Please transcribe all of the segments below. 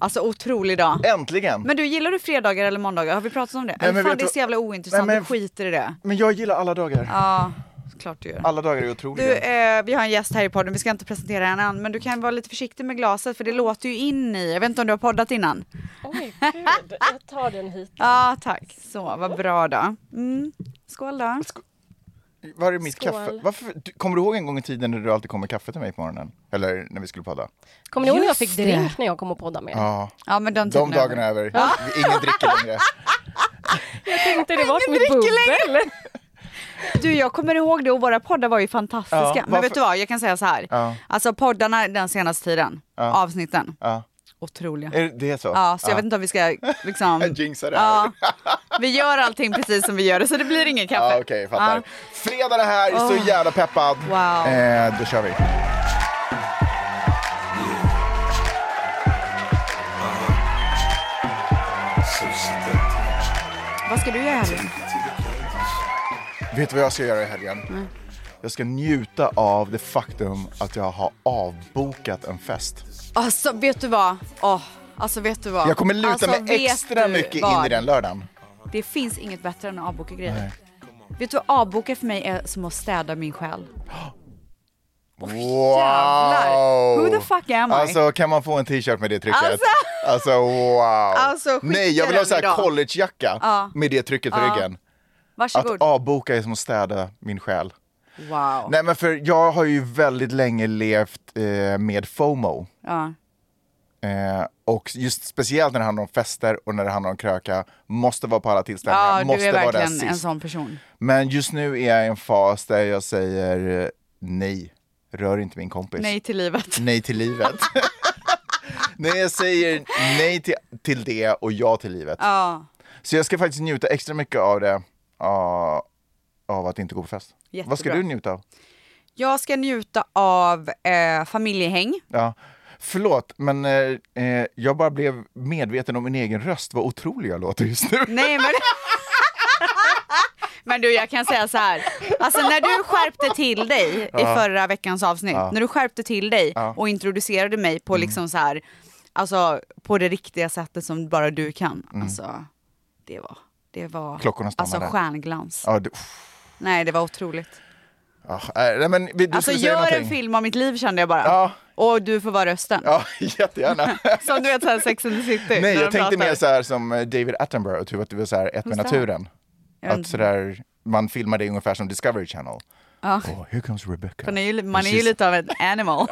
Alltså otrolig dag. Äntligen! Men, Men du, gillar du fredagar eller måndagar? Har vi pratat om det? Nej, Nej, men fan, vet det är du- så jävla ointressant, Nej, men- vi skiter i det. jag gillar alla dagar. Ja, klart du gör. Alla dagar är otroliga. Du, eh, vi har en gäst här i podden, vi ska inte presentera henne än, men du kan vara lite försiktig med glaset för det låter ju in i, jag vet inte om du har poddat innan? Oj, gud. Jag tar den hit. Ja, tack. Så, vad bra då. Mm. Skål då. Var är mitt Skål. kaffe? Varför, du, kommer du ihåg en gång i tiden när du alltid kom med kaffe till mig på morgonen? Eller när vi skulle podda? Typ Kommer ni ihåg när jag Just fick det. drink när jag kom och poddade med er? Ja, Ja, men den de tiden är dagarna är över. Ingen dricker längre. Jag tänkte det var som ett bubbel. över. Du, jag kommer ihåg det och våra poddar var ju fantastiska. Ja, men varför- vet du vad, jag kan säga så här. Ja. Alltså poddarna den senaste tiden, Ja. avsnitten, Ja. otroliga. Är det- det är så? Ja, så jag vet inte om vi ska liksom... Jinxa det här. Ja, vi gör allting precis som vi gör det, så det blir ingen kaffe. Ja, okej, fattar. Ja. Fredag det här, så jävla peppad. Wow. Eh, då kör vi. Vad ska du göra i helgen? Vet du vad jag ska göra i helgen? Jag ska njuta av det faktum att jag har avbokat en fest. Alltså, vet du vad? Åh, alltså, vet du vad? Jag kommer luta alltså, mig vet extra du mycket in vad? i den lördagen. Det finns inget bättre än att avboka grejer. Vet du vad avboka för mig är som att städa min själ? Wow! jävlar. Who the fuck am I? Alltså kan man få en t-shirt med det trycket? Alltså- Alltså, wow! Alltså, skicka Nej, jag vill ha den så här idag. collegejacka Ja. med det trycket på Ja. ryggen. Varsågod. Att avboka är som att städa min själ. wow. Nej men för jag har ju väldigt länge levt eh, med FOMO. Ja. Eh, och just speciellt när det handlar om fester och när det handlar om kröka, måste vara på alla tillställningar, ja, du måste är vara där verkligen sist. en sån person. Men just nu är jag i en fas där jag säger eh, nej, rör inte min kompis. Nej till livet. nej till livet. När jag säger nej till, till det och ja till livet. Ja, Så jag ska faktiskt njuta extra mycket av det, av, av att inte gå på fest. Jättebra. Vad ska du njuta av? jag ska njuta av eh, familjehäng. Ja. Förlåt, men eh, eh, jag bara blev medveten om min egen röst, vad otrolig jag låter just nu. Nej men... Men du jag kan säga så här, alltså när du skärpte till dig i förra veckans avsnitt, när du skärpte till dig och introducerade mig Mm. på liksom så här, alltså på det riktiga sättet som bara du kan, alltså det var, det var, Mm. Klockorna stannar alltså där. stjärnglans. Ja, du, uff, Nej det var otroligt. ja, eh, nej, men, vi- du Alltså skulle säga gör en någonting. film om mitt liv kände jag bara. Ja. Och du får vara rösten. Ja, jättegärna. Som du vet såhär Sex and the City. Nej, när jag de tänkte pratar. mer så här som eh, David Attenborough, typ att du var så här ett med Who's that? naturen. Jag vet Att så där, man filmar det ungefär som Discovery Channel. Ja. Oh, here comes Rebecca. Man är ju, man är ju Precis. lite av en animal.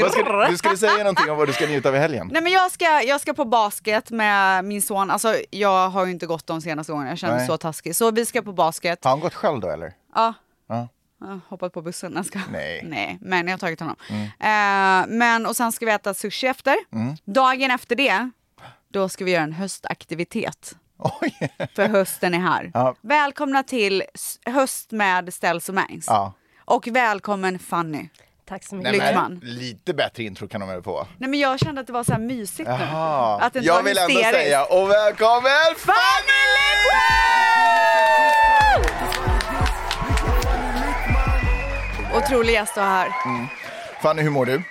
Vad ska, du skulle säga någonting om vad du ska njuta av i helgen. Nej men jag ska, jag ska på basket med min son. Alltså jag har ju inte gått de senaste gångerna, jag känner mig Nej. så taskig. Så vi ska på basket. Har han gått själv då eller? Ja. Ja. Ja, hoppat på bussen, jag ska. Nej. Mm. Nej, men jag har tagit honom. Eh, men och sen ska vi äta sushi efter. Dagen efter det, då ska vi göra en höstaktivitet. Oj! För hösten är här. Ja. Välkomna till s- höst med Ställs och Mangs. Ja. Och välkommen Fanny. Tack så Nej, mycket. Lyckman. men, lite bättre intro kan de väl få? Nej men jag kände att det var så här mysigt nu. Jaha. Att det inte jag var vill hysteriskt. ändå säga och välkommen Fanny Lyckman! Otrolig gäst att ha här. Fanny, hur mår du?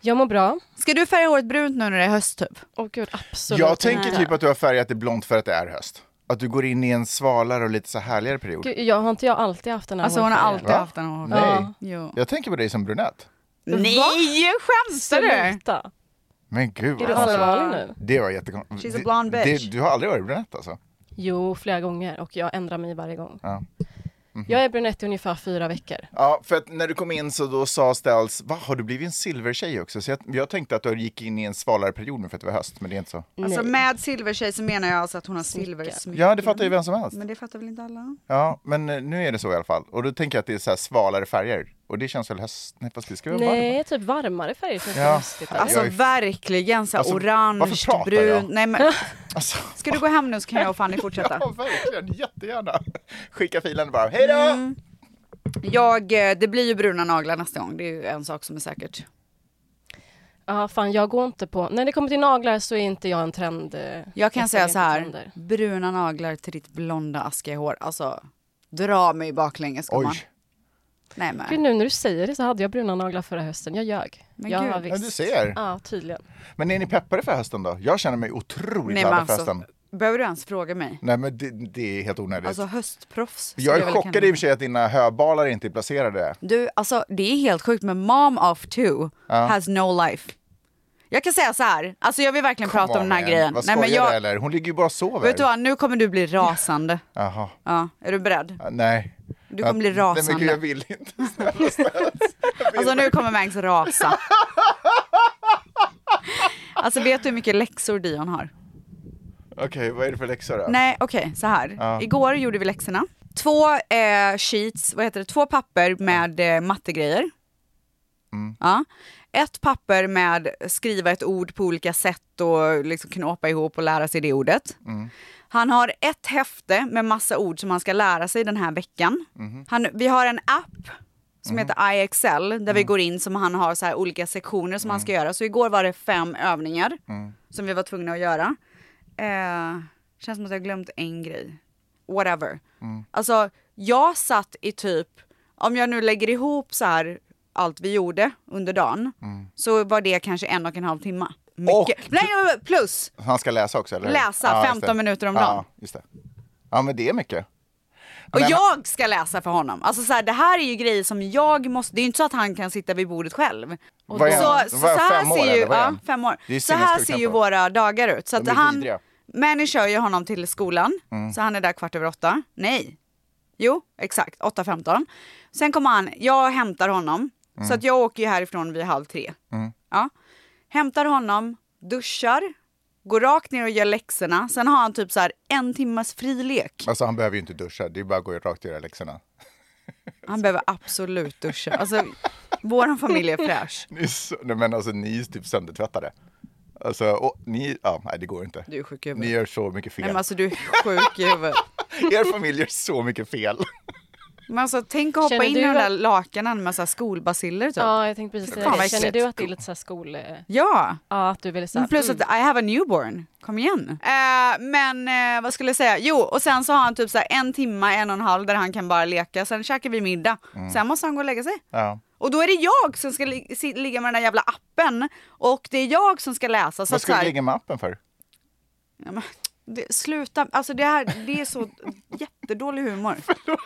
Jag mår bra. Ska du färga håret brunt nu när det är höst typ? Åh gud, absolut. jag tänker nära. typ att du har färgat det blont för att det är höst. Att du går in i en svalare och lite så härligare period. Gud, jag, har inte jag alltid haft den här Alltså hon har hårfärgen? alltid Va? haft den håret. Nej. Jo. Jag tänker på dig som brunett. Nej, skämtar du? Sluta. Men gud Är vad du Alltså. konstigt. allvarlig nu? Det var jättekonstigt. She's a blonde Det- bitch. det- Du har aldrig varit brunett alltså? Jo, flera gånger och jag ändrar mig varje gång. Ja. Mhm. Jag är brunett i ungefär fyra veckor. Ja, för att när du kom in så då sa Ställs, va, har du blivit en silvertjej också? Så jag, jag tänkte att du gick in i en svalare period nu för att det var höst, men det är inte så. Alltså Nej. med silvertjej så menar jag alltså att hon har silversmycken. Ja, det fattar ju vem som helst. Men det fattar väl inte alla? Ja, men eh, nu är det så i alla fall. Och då tänker jag att det är så här svalare färger. Och det känns väl höst? Nej, fast det ska väl vara det. Nej, typ varmare färger känns det Ja. häftigt. Ja. Alltså Jag är- verkligen så här Alltså, orange, varför pratar brun. jag? Nej men Alltså, Ska du gå hem nu så kan jag och Fanny fortsätta. ja, verkligen. Jättegärna. Skicka filen bara. Hej då! Mm. Jag, eh, det blir ju bruna naglar nästa gång, det är ju en sak som är säkert. Ja, fan jag går inte på... När det kommer till naglar så är inte jag en trend... eh, Jag kan följer säga inte så här, trender. bruna naglar till ditt blonda askiga hår, alltså dra mig baklänges gumman. Oj. Nej Gud, men, nu när du säger det så hade jag bruna naglar förra hösten. Jag ljög. Men jag gud. har Ja, visst. du ser. Ja, tydligen. Men är ni peppade för hösten då? Jag känner mig otroligt nej men laddad för alltså, hösten. behöver du ens fråga mig? Nej, men det, det är helt onödigt. Alltså höstproffs. jag skulle är väl chockad kunna- i och för sig att dina höbalar inte är placerade. Du, alltså det är helt sjukt men mom of two has no life. Jag kan säga så här, alltså jag vill verkligen prata om den här man. grejen. Vad Nej, men skojar jag, du eller? Hon ligger ju bara och sover. Vet du vad, nu kommer du bli rasande. Jaha. Ja, är du beredd? Ja, Nej. Du kommer bli Ja, Nej men gud, jag rasande. vill inte. Alltså nu kommer Mangs rasa. Alltså vet du hur mycket läxor Dion har? Okej, vad är det för läxa då? Nej, okej, så här. Ja. Igår gjorde vi läxorna. Två eh, sheets, vad heter det, två papper med eh, mattegrejer. Ja. Ett papper med skriva ett ord på olika sätt och liksom knåpa ihop och lära sig det ordet. Han har ett häfte med massa ord som han ska lära sig den här veckan. Han, vi har en app som heter IXL där vi går in som han har så här olika sektioner som han ska göra. Så igår var det fem övningar som vi var tvungna att göra. Eh, känns som att jag har glömt en grej. Whatever. Alltså, jag satt i typ, om jag nu lägger ihop så här allt vi gjorde under dagen, så var det kanske en och en halv timme. Mycket. Och- Nej, nej, plus! Han ska läsa också eller? hur? Läsa Ja, just 15 det. minuter om Ja, dagen. just det. Ja, men det är mycket. Och Men- jag ska läsa för honom. Alltså så här, det här är ju grejer som jag måste, det är ju inte så att han kan sitta vid bordet själv. Vad är han? så, så, så Vad är han, här fem år, ser ju, eller vad är ja, han? fem år. Det är Så här sinnessjukt ser ju tempo. våra dagar ut. Så att De är han, vidriga. Mm. Manny kör ju honom till skolan, så han är där kvart över åtta. Nej, jo exakt 8.15. Sen kommer han, jag hämtar honom, Mm. så att jag åker ju härifrån vid halv tre. Ja. Hämtar honom, duschar, går rakt ner och gör läxorna. Sen har han typ så här en timmas frilek. Alltså han behöver ju inte duscha, det är bara att gå rakt och göra läxorna. Han behöver absolut duscha. Alltså, vår familj är fräsch. Ni är så, nej, men alltså ni är typ söndertvättade. Alltså, och ni, ja, nej det går inte. Du är sjuk i Ni huvudet. gör så mycket fel. Nej, men alltså du är sjuk i huvudet. Er familj gör så mycket fel. Men alltså tänk att hoppa Känner in i du de där att- lakanen med så här skolbaciller typ. Ja. Ja, jag tänkte precis Fan, säga vad det. Känner äckligt. du att det är lite så här skol... eh, ja. Ja, att du vill så här, Men Plus att I have a newborn. Kom igen. mm. Eh, men eh, vad skulle jag säga? Jo, och sen så har han typ så här en timme, en och en halv där han kan bara leka. Sen käkar vi middag. Sen måste han gå och lägga sig. Mm. Ja. Och då är det jag som ska li- si- ligga med den där jävla appen. Och det är jag som ska läsa. Så Vad att så ska du här, ligga med appen för? Ja, men, det, sluta, alltså det här det är så jättedålig humor.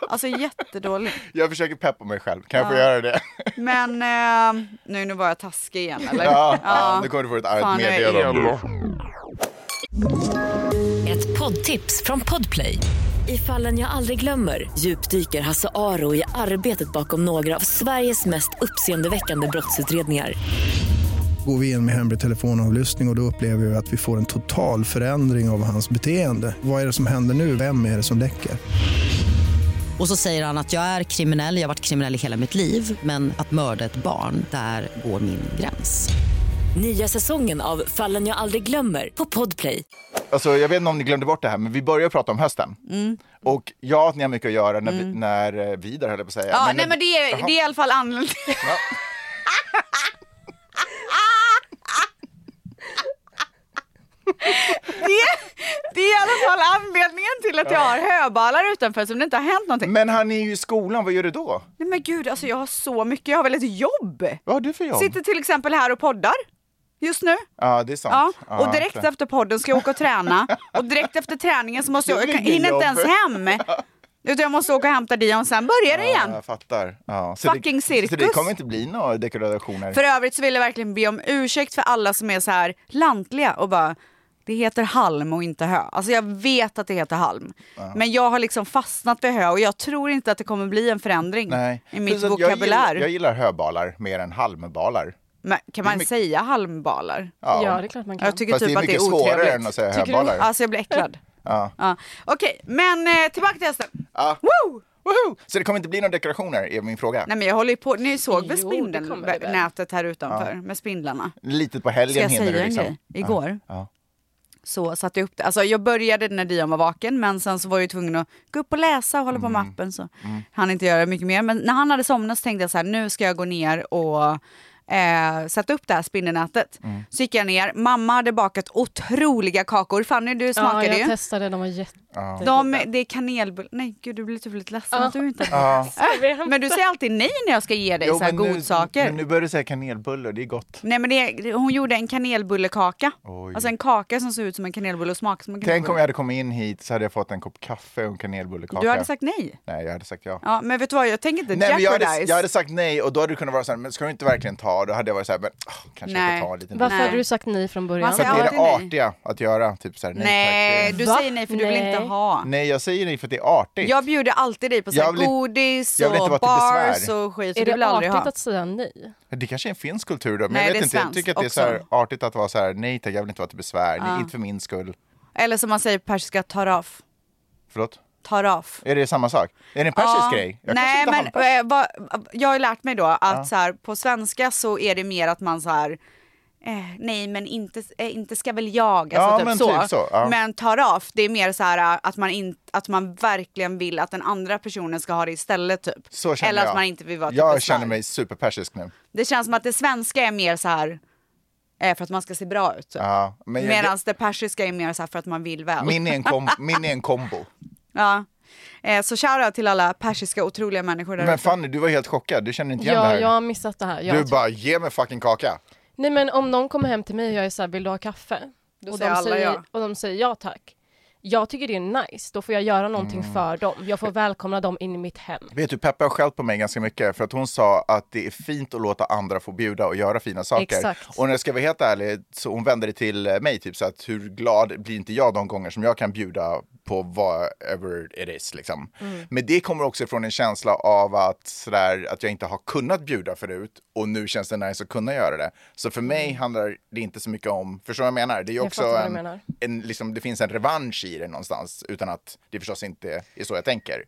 Alltså jättedålig. Jag försöker peppa mig själv, kan jag få göra det? Men eh, nu, nu var jag taskig igen eller? Ja, ja. nu kommer du få ett argt Fan, jag är meddelande. Ett poddtips från Podplay. I fallen jag aldrig glömmer djupdyker Hasse Aro i arbetet bakom några av Sveriges mest uppseendeväckande brottsutredningar. Går vi in med hemlig telefonavlyssning och, och då upplever vi att vi får en total förändring av hans beteende. Vad är det som händer nu? Vem är det som läcker? Och så säger han att jag är kriminell, jag har varit kriminell i hela mitt liv men att mörda ett barn, där går min gräns. Nya säsongen av Fallen jag aldrig glömmer på Podplay. Alltså, jag vet inte om ni glömde bort det här, men vi började prata om hösten. Mm. Och ja, att ni har mycket att göra när, vi, när eh, Vidar höll jag på att säga. Ja, när- nej men det är, det är i alla fall anledningen. det, det är i alla fall anledningen till att jag har höbalar utanför som det inte har hänt någonting. Men han är ju i skolan, vad gör du då? Nej men gud, alltså jag har så mycket, jag har väl ett jobb? Vad har du för jobb? Sitter till exempel här och poddar just nu. Ja, det är Ja, sant. och direkt verkligen. efter podden ska jag åka och träna och direkt efter träningen så måste Det jag, är jag väl kan- ingen hinner inte ens hem. Utan jag måste åka och hämta Dion, sen börjar det igen. Ja, jag fattar. Ja. Fucking det, Så det cirkus. kommer inte bli några dekorationer. För övrigt så vill jag verkligen be om ursäkt för alla som är så här lantliga och bara det heter halm och inte hö. Alltså jag vet att det heter halm. Men jag har liksom fastnat vid hö och jag tror inte att det kommer bli en förändring Nej. i mitt Plus att Jag vokabulär. gillar, jag gillar höbalar mer än halmbalar. Men kan man säga halmbalar? Ja. det är klart man kan. Jag tycker Fast typ det är att det mycket är svårare än att otrevligt. säga Tycker du- höbalar. Alltså jag blir äcklad. Ja. Ja. Okej, men eh, tillbaka till hästen. Ja. Woo! Woho! Så det kommer inte bli några dekorationer, är min fråga. Nej men jag håller ju på, ni såg väl Jo, det kommer det väl. spindelnätet här utanför med spindlarna? Lite på Ska helgen jag hinner du säga en liksom. grej? Igår Ja. så satte jag upp det. Alltså jag började när Dion var vaken men sen så var jag ju tvungen att gå upp och läsa och hålla på med appen så hann inte göra mycket mer. Men när han hade somnat så tänkte jag så här, nu ska jag gå ner och eh, sätta upp det här spindelnätet. Så gick jag ner, mamma hade bakat otroliga kakor. Fanny du smakade ja, ju. jag testade, de var jätte... Typ. De, det är kanelbullar. Nej gud du blir typ lite ledsen att du inte Ja. Äh, Men du säger alltid nej när jag ska ge dig Jo, så här men nu- godsaker. Men nu börjar du säga kanelbullar, det är gott. Nej men det, hon gjorde en kanelbullekaka. Oj. Alltså en kaka som såg ut som en kanelbulle och smakade som en kanelbulle. Tänk om jag hade kommit in hit så hade jag fått en kopp kaffe och en kanelbullekaka. Du hade sagt nej. Nej, jag hade sagt ja. Ja, men vet du vad, jag tänker inte Nej, men jag, hade, jeopardize. jag hade sagt nej och då hade du kunnat vara så här, men ska du inte verkligen ta? Då hade jag varit så här, men åh, kanske Nej. jag får ta lite. Varför Nej. hade du sagt nej från början? Man För säger att det är alltid det nej. artiga att göra. Typ så här, nej, Nej, tack. du Va? säger nej för du vill Nej. inte ha. Nej, jag säger nej för att det är artigt. Jag bjuder alltid dig på så Jag här vill inte- godis jag vill inte och vara till bars besvär. och skit. Är så du det vill aldrig artigt ha. att säga nej? Det kanske är en finsk kultur då, men Nej, jag det vet är inte. Jag svenskt tycker att det är så här artigt att vara så här, nej tack, jag vill inte vara till besvär, nej, inte för min skull. Eller som man säger på persiska, taraf. Förlåt? Taraf. Är det samma sak? Är det en persisk Ja. grej? Jag kanske Nej, inte men har en pers- eh, vad, jag har ju lärt mig då att så här, på svenska så är det mer att man så här Eh, nej men inte, eh, inte ska väl jag, alltså Ja, typ men så. typ så, ja. Men tar av, det är mer så här eh, att man, in, att man verkligen vill att den andra personen ska ha det istället typ. Så känner Eller jag. att man inte vill vara typ till Jag besvär. känner mig superpersisk nu. Det känns som att det svenska är mer så här eh, för att man ska se bra ut. Typ. Ja, men jag, Medan det persiska är mer så här för att man vill väl. min, är en kom, min är en kombo. Ja. Eh, så shoutout till alla persiska otroliga människor där Men ute. Fanny, du var helt chockad. Du känner inte igen det Ja, här. jag har missat det här. Jag du tror- bara, ge mig fucking kaka. Nej men om någon kommer hem till mig och jag är såhär, vill du ha kaffe? Då och, säger de alla ja. och de säger ja tack. Jag tycker det är nice, då får jag göra någonting Mm. för dem. Jag får välkomna dem in i mitt hem. Vet du, Peppa har skällt på mig ganska mycket för att hon sa att det är fint att låta andra få bjuda och göra fina saker. Exakt. Och när jag ska vara helt ärlig, så hon vände det till eh, mig, typ så att hur glad blir inte jag de gånger som jag kan bjuda på whatever it is liksom. Mm. Men det kommer också från en känsla av att, sådär, att jag inte har kunnat bjuda förut och nu känns det nice att kunna göra det. Så för mig handlar det inte så mycket om, förstår du vad jag menar? Det är ju Mm. Jag också fattar vad du en, menar. en, liksom, det finns en revansch i det någonstans utan att det förstås inte är så jag tänker.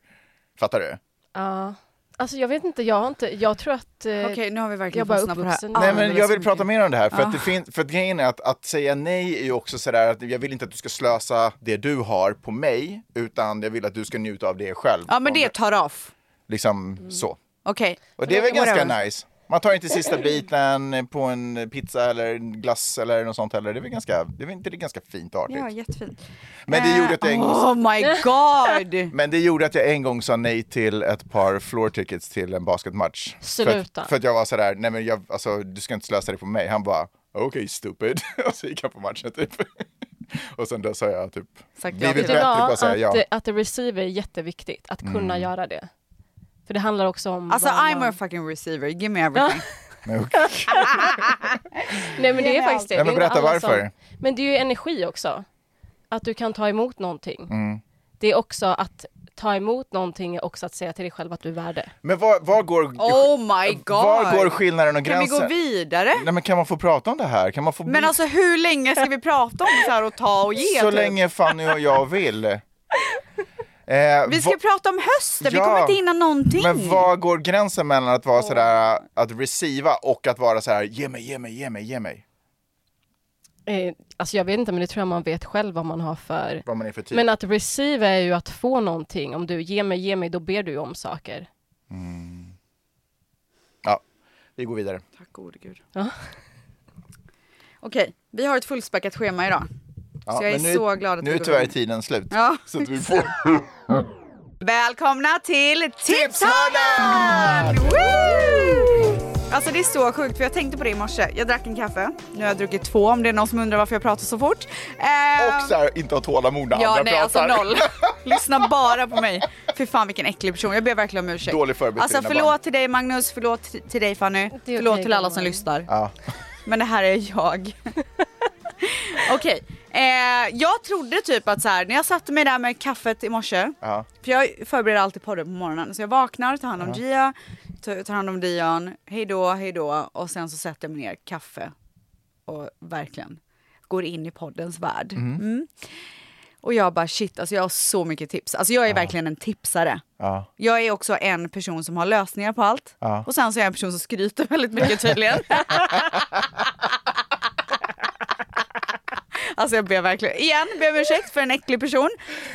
Fattar du? Ja. Alltså jag vet inte, jag har inte, jag tror att... eh, Okej, nu har vi verkligen Jag bara fastnat på det här. uppvuxen. Ja, Nej det men var jag så vill prata mycket. mer om det här för att, Ah. det fin- för att grejen är att, att säga nej är ju också sådär att jag vill inte att du ska slösa det du har på mig utan jag vill att du ska njuta av det själv. Ja men det Om- tar av. Liksom så. Okej. Och det är väl ganska Whatever. nice. Man tar inte sista biten på en pizza eller en glass eller något sånt heller. Det är väl ganska, det är väl inte det är ganska fint och artigt. Ja, jättefint. Men det gjorde att jag en gång Oh my god! Men det gjorde att jag en gång sa nej till ett par floor tickets till en basketmatch. För Sluta. att, för att jag var sådär, nej men jag, alltså, du ska inte slösa det på mig. Han bara, okej stupid. Och så gick han på matchen typ. Och sen då sa jag typ, Sagt vi ja är till bättre Vet du på vad? att säga att, ja. Mm. eh, att the receiver är jätteviktigt, att kunna göra det. För det handlar också om... Alltså vad I'm man- a fucking receiver, give me everything. Men okej. Nej men det är faktiskt det. Nej, men Det är inte berätta alla som- varför. Men det är ju energi också. Att du kan ta emot någonting. Mm. Det är också att ta emot någonting, är också att säga till dig själv att du är värd det. Men var, var, går, Oh my god! var går skillnaden och Kan vi gränsen? gå vidare? Nej men kan man få prata om det här? Kan man få Men alltså hur länge ska vi prata om så här och ta och ge? Så typ? länge Fanny och jag vill. Eh, Vi ska va- prata om hösten, vi Ja. kommer inte hinna någonting. Men var går gränsen mellan att vara sådär, att receiva och att vara sådär, ge mig, ge mig, ge mig, ge mig? Eh, alltså jag vet inte, men det tror jag man vet själv vad man har för... Vad man är för typ. Men att receive är ju att få någonting. Om du ger mig, ger mig, då ber du ju om saker. Ja, vi går vidare. Tack gode gud. Ja. Okej, vi har ett fullspäckat schema idag. Ja, Så jag är men nu, så glad att Nu vi är går tyvärr vidare. tiden slut. Ja. Så att vi får... Välkomna till Tipshörnan! Tipshörnan! Woo! Alltså det är så sjukt för jag tänkte på det i morse. Jag drack en kaffe, nu har jag druckit två om det är någon som undrar varför jag pratar så fort. Ehm, Och såhär, inte ha tålamod när Ja, andra nej pratar. alltså noll. Lyssna bara på mig. Fy fan vilken äcklig person, jag ber verkligen om ursäkt. Dålig förberedelse Alltså till dina förlåt barn. till dig Magnus, förlåt t- till dig Fanny, okej, förlåt till alla gumman. som lyssnar. Ja. Men det här är jag. Okej, eh, jag trodde typ att så här, när jag satte mig där med kaffet i morse Ja. för jag förbereder alltid podden på morgonen. Så jag vaknar, tar hand om Gia, tar tar hand om Dion, hej då, hej då. Och sen så sätter jag mig ner, kaffe och verkligen går in i poddens värld. Mhm. Mm. Och jag bara shit, alltså jag har så mycket tips. Alltså jag är verkligen en tipsare. Ja. Jag är också en person som har lösningar på allt. Ja. Och sen så är jag en person som skryter väldigt mycket tydligen. Alltså jag ber verkligen, igen, ber om ursäkt för en äcklig person.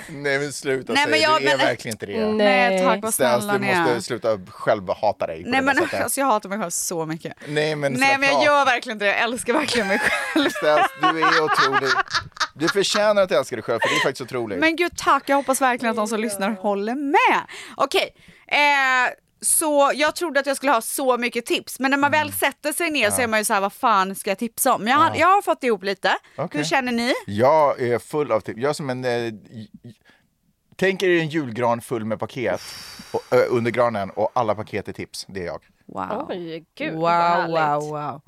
Nej men sluta Nej, säga men det. jag- det är men- verkligen inte det. Nej. Nej tack, vad Stens, snälla du ni måste är. sluta själv hata dig på Nej det men sättet. alltså jag hatar mig själv så mycket. Nej men, Nej sluta men jag gör verkligen inte det, jag älskar verkligen mig själv. Stens, du är otrolig. Du förtjänar att älska dig själv för det är faktiskt otroligt. Men gud tack, jag hoppas verkligen att de som lyssnar håller med. Okej, eh, så jag trodde att jag skulle ha så mycket tips, men när man Mm. väl sätter sig ner så är man ju så här, vad fan ska jag tipsa om? Men Jag, har- jag har fått ihop lite. Hur Okej. känner ni? Jag är full av tips. Jag är som en... Eh, j- j- tänk er en julgran full med paket och, ö, under granen och alla paket är tips. Det är jag. Wow. Oj, gud vad wow, härligt. wow, wow.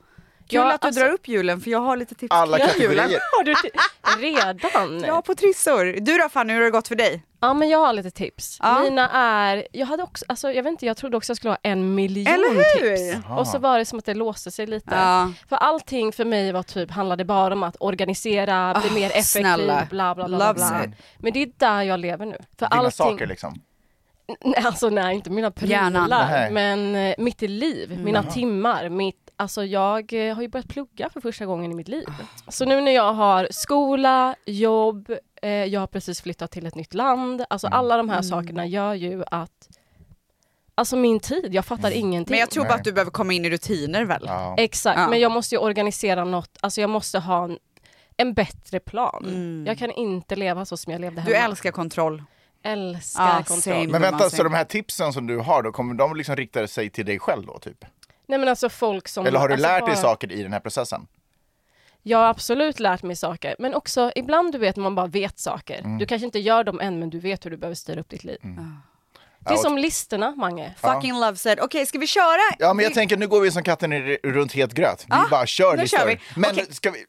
Kul Ja, att du alltså- drar upp julen för jag har lite tips Alla kring kategorier. julen. Har du ti- redan? Ja, på trissor. Du då Fanny, hur har det gått för dig? Ja men jag har lite tips. Ja. Mina är, jag hade också, alltså jag vet inte, jag trodde också jag skulle ha en miljon Eller hur? tips. Och så var det som att det låste sig lite. Ja. För allting för mig var typ, handlade bara om att organisera, bli Ah, mer effektiv, snälla. bla bla bla. Loves bla. it. Men det är där jag lever nu. För Dina allting, saker liksom. nej, alltså nej inte mina Hjärnan. Mm. prylar, Nej. men eh, mitt liv, mina timmar, mitt Alltså jag eh, har ju börjat plugga för första gången i mitt liv. Ah. Så nu när jag har skola, jobb, eh, jag har precis flyttat till ett nytt land. Alltså Mm. alla de här Mm. sakerna gör ju att, alltså min tid, jag fattar ingenting. Men jag tror bara att du behöver komma in i rutiner väl? Mm. Ja. Exakt, Ja. men jag måste ju organisera något, alltså jag måste ha en, en bättre plan. Jag kan inte leva så som jag levde hemma. Mm. Du älskar kontroll. Älskar Ah, kontroll. same. Men vänta, Romansing. så de här tipsen som du har, då, kommer de liksom rikta sig till dig själv då? Typ? Nej men alltså folk som... Eller har du alltså, lärt dig bara- saker i den här processen? Jag har absolut lärt mig saker, men också ibland du vet när man bara vet saker. Mm. Du kanske inte gör dem än, men du vet hur du behöver styra upp ditt liv. Det är Ja, och- som listorna, Mange. Fucking love said. Okej, ska vi köra? Ja, men jag Vi- tänker nu går vi som katten i- runt het gröt. Vi Ah, bara kör nu listor. kör vi. Men Okej. ska, vi,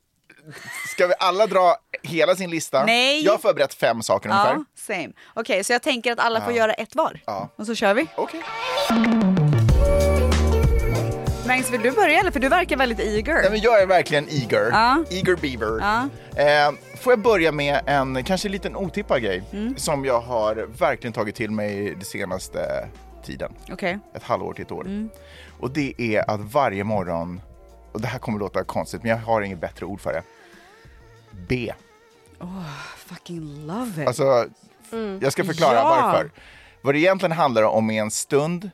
ska vi alla dra hela sin lista? Nej. Jag har förberett fem saker Ja, ungefär. same. Okej, så jag tänker att alla får göra ett var. Ja. Och så kör vi. Okej. Mangs, vill du börja eller? För du verkar väldigt eager. Nej, men jag är verkligen eager. Ja. Eager beaver. Ja. Eh, får jag börja med en kanske liten otippad grej Mm. som jag har verkligen tagit till mig det senaste tiden. Okej. ett halvår till ett år. Mm. Och det är att varje morgon, och det här kommer låta konstigt men jag har inget bättre ord för det. B. Fucking love it. Alltså, jag ska förklara Mm. Ja. varför. Vad det egentligen handlar om är en stund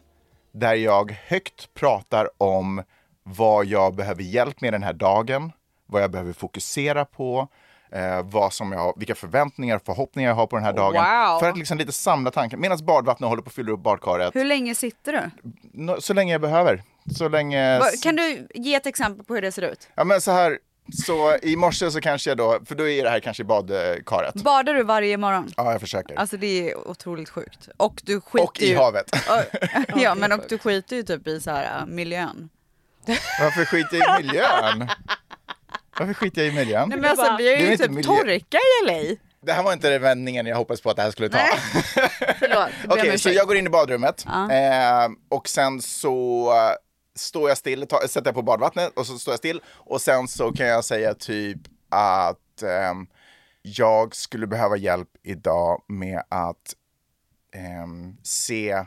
där jag högt pratar om vad jag behöver hjälp med den här dagen, vad jag behöver fokusera på, eh, vad som jag, vilka förväntningar och förhoppningar jag har på den här dagen. Wow. För att liksom lite samla tanken. Medan badvattnet håller på att fylla upp badkaret. hur länge sitter du? Nå- Så länge jag behöver. Så länge... Va- Kan du ge ett exempel på hur det ser ut? Ja men så här, så i morse så kanske jag då, för då är det här kanske i badkaret. Badar du varje morgon? Ja, jag försöker. Alltså det är otroligt sjukt. Och du skiter och i ju... havet. ja, men och du skiter ju typ i så här, äh, miljön. Varför skiter jag i miljön? Varför skiter jag i miljön? Nej, men alltså, vi har Det är ju inte typ miljö. torka i LA. Det här var inte den vändningen jag hoppades på att det här skulle ta. Nej, Förlåt, jag Okej, ber om så ursäkt. jag går in i badrummet eh, och sen så eh, står jag still, ta, sätter jag på badvattnet och så står jag still och sen så kan jag säga typ att ehm, jag skulle behöva hjälp idag med att ehm, se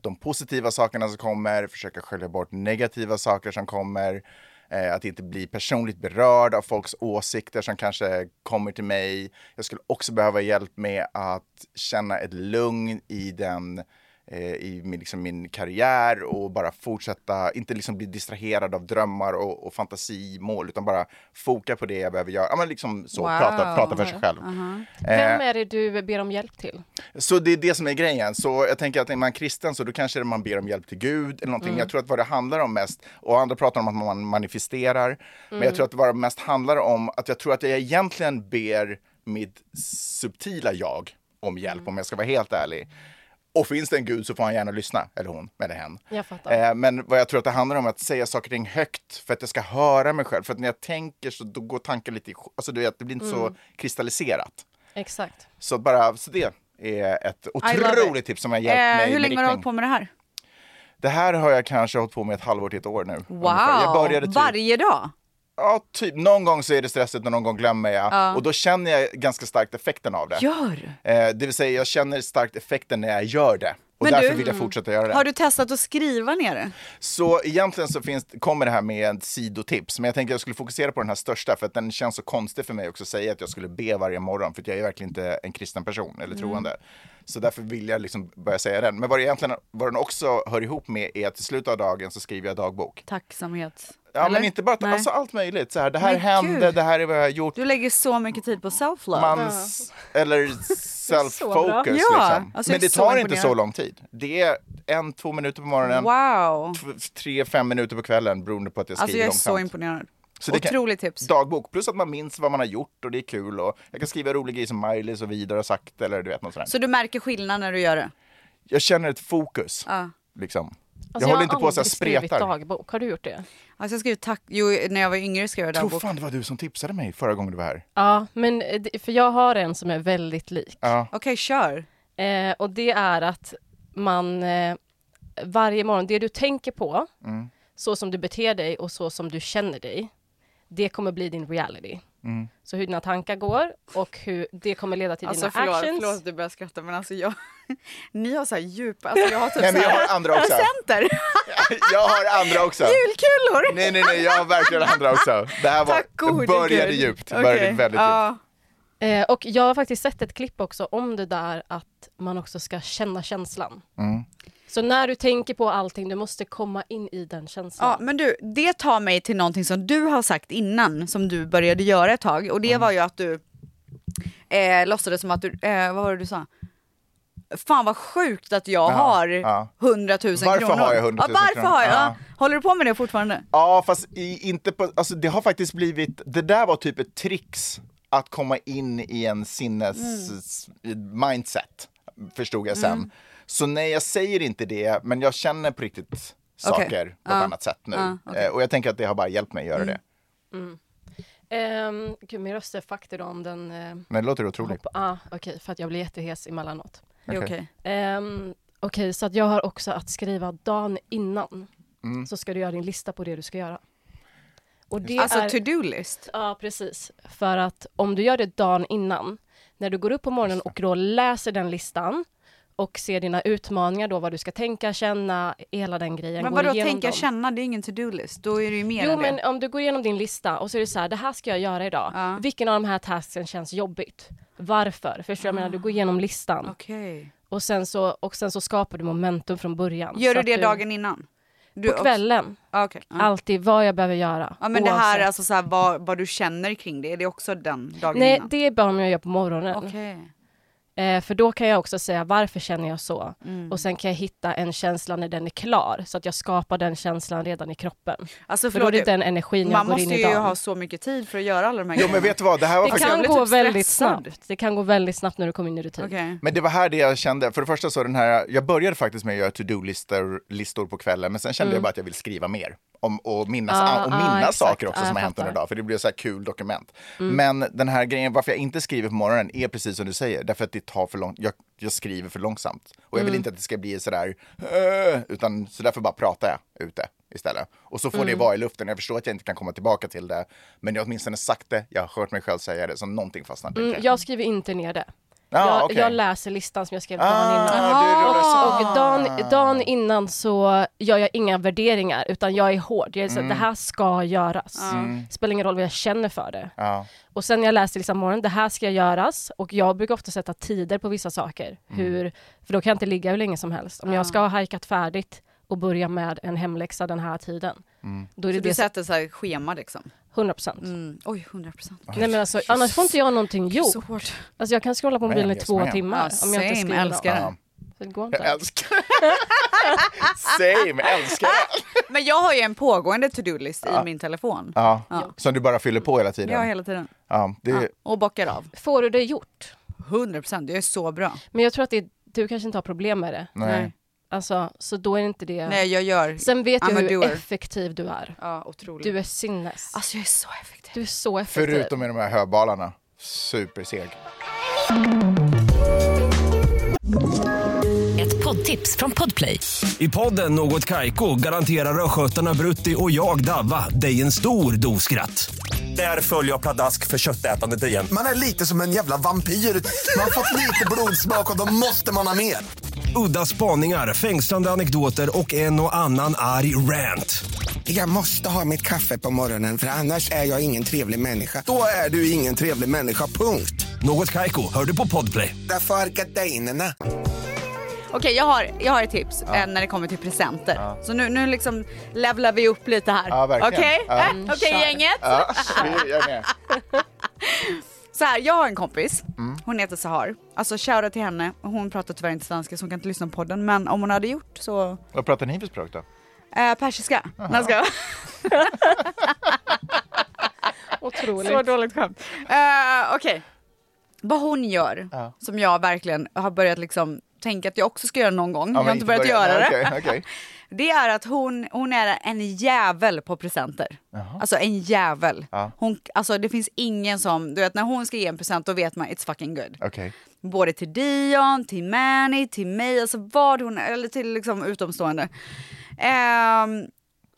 de positiva sakerna som kommer, försöka skölja bort negativa saker som kommer, eh, att inte bli personligt berörd av folks åsikter som kanske kommer till mig. Jag skulle också behöva hjälp med att känna ett lugn i den eh, i min, liksom min karriär och bara fortsätta, inte liksom bli distraherad av drömmar och, och fantasimål utan bara foka på det jag behöver göra. Ja, men liksom så, Wow. prata, prata för sig själv. Vem eh, är det du ber om hjälp till? Så det är det som är grejen. Så jag tänker att är man kristen så då kanske man ber om hjälp till Gud eller någonting. Mm. Jag tror att vad det handlar om mest, och andra pratar om att man manifesterar, men Mm. jag tror att vad det mest handlar om, att jag tror att jag egentligen ber mitt subtila jag om hjälp om jag ska vara helt ärlig. Och finns det en gud så får han gärna lyssna, eller hon, eller hen. Jag fattar. Eh, men vad jag tror att det handlar om är att säga saker och ting högt för att jag ska höra mig själv. För att när jag tänker så då går tanken lite, i- alltså du vet, det blir inte Mm. så kristalliserat. Exakt. Så att bara, så det är ett love it. otroligt tips som har hjälpt mig eh, Hur länge har med du riktning. hållit på med det här? Det här har jag kanske hållit på med ett halvår till ett år nu. Wow, ungefär. Jag började typ, varje dag? ja, typ, någon gång så är det stressigt och någon gång glömmer jag. Och då känner jag ganska starkt effekten av det. Gör! Eh, det vill säga jag känner starkt effekten när jag gör det. Och Men därför du- vill jag fortsätta göra det. Har du testat att skriva ner det? Så egentligen så finns, kommer det här med ett sidotips, men jag tänkte jag skulle fokusera på den här största för att den känns så konstig för mig också att säga att jag skulle be varje morgon för att jag är verkligen inte en kristen person Mm. eller troende. Så därför vill jag liksom börja säga den. Men vad, det egentligen, vad den också hör ihop med är att till slut av dagen så skriver jag dagbok. Tacksamhet. Ja Eller? men inte bara, Nej. alltså allt möjligt. Så här, det här Men hände, gud. det här är vad jag har gjort. Du lägger så mycket tid på self-love. Mans, eller bra. self-focus Ja, liksom. alltså jag men är det så tar inte imponerad. så lång tid. Det är en, två minuter på morgonen, Wow. t- tre, fem minuter på kvällen beroende på att jag skriver Alltså jag är långsamt. så imponerad. Så det kan- Otroligt tips. Dagbok, plus att man minns vad man har gjort och det är kul. Och jag kan skriva roliga grejer som Miley och vidare har sagt eller du vet något sånt. Så du märker skillnad när du gör det? Jag känner ett fokus. Ja. Liksom. jag, Alltså, håller inte på har att så här aldrig skrivit spretar. dagbok. Har du gjort det? Alltså jag skrev tack, jo när jag var yngre skrev jag Jag tror dagbok. fan det var du som tipsade mig förra gången du var här. Ja, men eh, det- för jag har en som är väldigt lik. Ja. Okej, kör. Eh, och det är att man eh, varje morgon, det du tänker på, så som du beter dig och så som du känner dig, det kommer bli din reality. Så hur dina tankar går och hur det kommer leda till Alltså dina förlåt, actions. förlåt att du börjar skratta men alltså jag, ni har så här djupa, alltså jag har typ Nej men jag såhär har andra också. presenter, Jag har andra också. julkulor. Nej nej nej, jag har verkligen andra också. Det här var, Tack gode började Gud. djupt. Okej, Började väldigt djupt. ja. Eh, och jag har faktiskt sett ett klipp också om det där att man också ska känna känslan. Så när du tänker på allting, du måste komma in i den känslan. Ja, men du, det tar mig till någonting som du har sagt innan, som du började göra ett tag. Och det Mm. var ju att du eh, låtsades som att du, eh, vad var det du sa? Fan vad sjukt att jag Ja, har ja. 100 000 Varför kronor. har jag 100 000 ja, varför kronor? Har jag? Ja. Håller du på med det fortfarande? Ja, fast i, inte på, alltså det har faktiskt blivit, det där var typ ett trix att komma in i en sinnes s- Mm. mindset, förstod jag sen. Så nej, jag säger inte det, men jag känner på riktigt saker på ett Ja. annat sätt nu. Ja, okej. Mm. Eh, Och jag tänker att det har bara hjälpt mig att göra det. Ehm, gud, min röst är faktiskt om den... Eh, Men det låter otroligt. hoppa- ah, Okej, för att jag blir jättehes emellanåt. Det är Okej. okej. Ehm, Okej, så att jag har också att skriva dagen innan. Mm. Så ska du göra din lista på det du ska göra. Och det Alltså är... to-do list. Ja, precis. För att om du gör det dagen innan, när du går upp på morgonen och då läser den listan och ser dina utmaningar då, vad du ska tänka, känna, hela den grejen. Men går vadå igenom tänka dem. känna, det är ingen to-do list. Då är det ju mer Jo, än men det. om du går igenom din lista och så är det så här, det här ska jag göra idag. Ja. Vilken av de här tasksen känns jobbigt? Varför? Förstår du? Jag menar, du går igenom listan Okej. och, sen så, och sen så skapar du momentum från början. Gör Så du att det dagen innan? Du, På kvällen. Ja, okej. Ja. Alltid vad jag behöver göra. Ja men det här, oavsett. alltså så här, vad, vad du känner kring det, är det också den dagen Nej, innan? det är bara om jag gör på morgonen. Okej. Eh, för då kan jag också säga varför känner jag så? Mm. Och sen kan jag hitta en känsla när den är klar så att jag skapar den känslan redan i kroppen. Alltså För då är förlåt, det den energin jag man går måste in ju i dagen. ha så mycket tid för att göra alla de här Jo men vet du vad, det här var Det faktiskt... kan blir gå typ väldigt stressad. snabbt. Det kan gå väldigt snabbt när du kommer in i rutin. Okej. Men det var här det jag kände, för det första så den här, jag började faktiskt med att göra to-do-listor listor på kvällen, men sen kände jag bara att jag vill skriva mer. Om, och minnas, Mm. Ah, och ah, minnas exakt. saker också Ah, som jag har hänt under fattar. Mm. dagen, för det blir så här kul dokument. Men den här grejen varför jag inte skriver på morgonen är precis som du säger, därför att det tar för långt, jag, jag skriver för långsamt. Och jag Mm. vill inte att det ska bli sådär, "Åh", utan så därför bara pratar jag ute istället. Och så får Mm. det vara i luften, jag förstår att jag inte kan komma tillbaka till det, men jag har åtminstone sagt det, jag har hört mig själv säga det, så någonting fastnade. Mm, jag skriver inte ner det. Ah, jag, okej. jag läser listan som jag skrev dagen innan. Ah, du rullar så. Och Ah. dagen, dagen innan så gör jag inga värderingar utan jag är hård. Jag är så, Mm. här, Det här ska göras. Spelar ingen roll vad jag känner för det. Ah. Ja. Och sen när jag läser liksom morgonen, det här ska göras. Och jag brukar ofta sätta tider på vissa saker. Mm. Hur, för då kan jag inte ligga hur länge som helst. Ah. Om jag ska ha hajkat färdigt och börja med en hemläxa den här tiden. Mm. Då är det Så det du som, sätter så här schema liksom? 100 procent. Mm. Oj, 100 procent. Ah, Nej, men alltså, annars får inte jag någonting gjort. Så hårt. Alltså jag kan scrolla på mobilen i yes, två ma'am. timmar om jag inte same, skriver älskar något. det. Så det går Jag inte. älskar Same, älskar det. Men jag har ju en pågående to-do-list i min telefon. Ja, som du bara fyller på hela tiden. Jag har hela tiden. ja, det, Ja. Och bockar av. Får du det gjort? 100 procent, jag är så bra. Men jag tror att det är, du kanske inte har problem med det. Nej. Alltså, så då är det inte det. Nej, jag gör... Sen vet I'm a jag hur doer. effektiv du är. Ja, otroligt. Du är sinnes. Alltså jag är så effektiv. Du är så effektiv. Förutom i de här höbalarna. Superseg. Ett poddtips från Podplay. I podden Något Kaiko garanterar östgötarna Brutti och jag, Davva, dig en stor dos skratt. Där följer jag pladask för köttätandet igen. Man är lite som en jävla vampyr. Man har fått lite blodsmak och då måste man ha mer. Udda spaningar, fängslande anekdoter och en och annan arg rant. Jag måste ha mitt kaffe på morgonen för annars är jag ingen trevlig människa. Då är du ingen trevlig människa, punkt. Något Kaiko, hör du på podplay. Därför är gardinerna. Okej, jag, har, jag har ett tips eh, när det kommer till presenter. Så nu, nu liksom levlar vi upp lite här. Ja, verkligen. Okej, Ja. Eh, okej, gänget. Ja, vi- jag är med. Så här, jag har en kompis. Mm. Hon heter Sahar. Alltså shoutout till henne. Hon pratar tyvärr inte svenska så hon kan inte lyssna på podden. Men om hon hade gjort så Vad pratar ni för språk då? Eh, persiska. Nej, jag skojar. Otroligt. Så dåligt skämt. Eh, Okej. Vad hon gör, Ja. som jag verkligen har börjat liksom tänka att jag också ska göra någon gång. jag men har inte börjat börja- göra det. Nej, Okej, okej. Det är att hon, hon är en jävel på presenter. Alltså en jävel. Ja. Hon, alltså det finns ingen som, du vet när hon ska ge en present då vet man it's fucking good. Okej. Både till Dion, till Manny, till mig, alltså vad hon, eller till liksom utomstående. Ehm,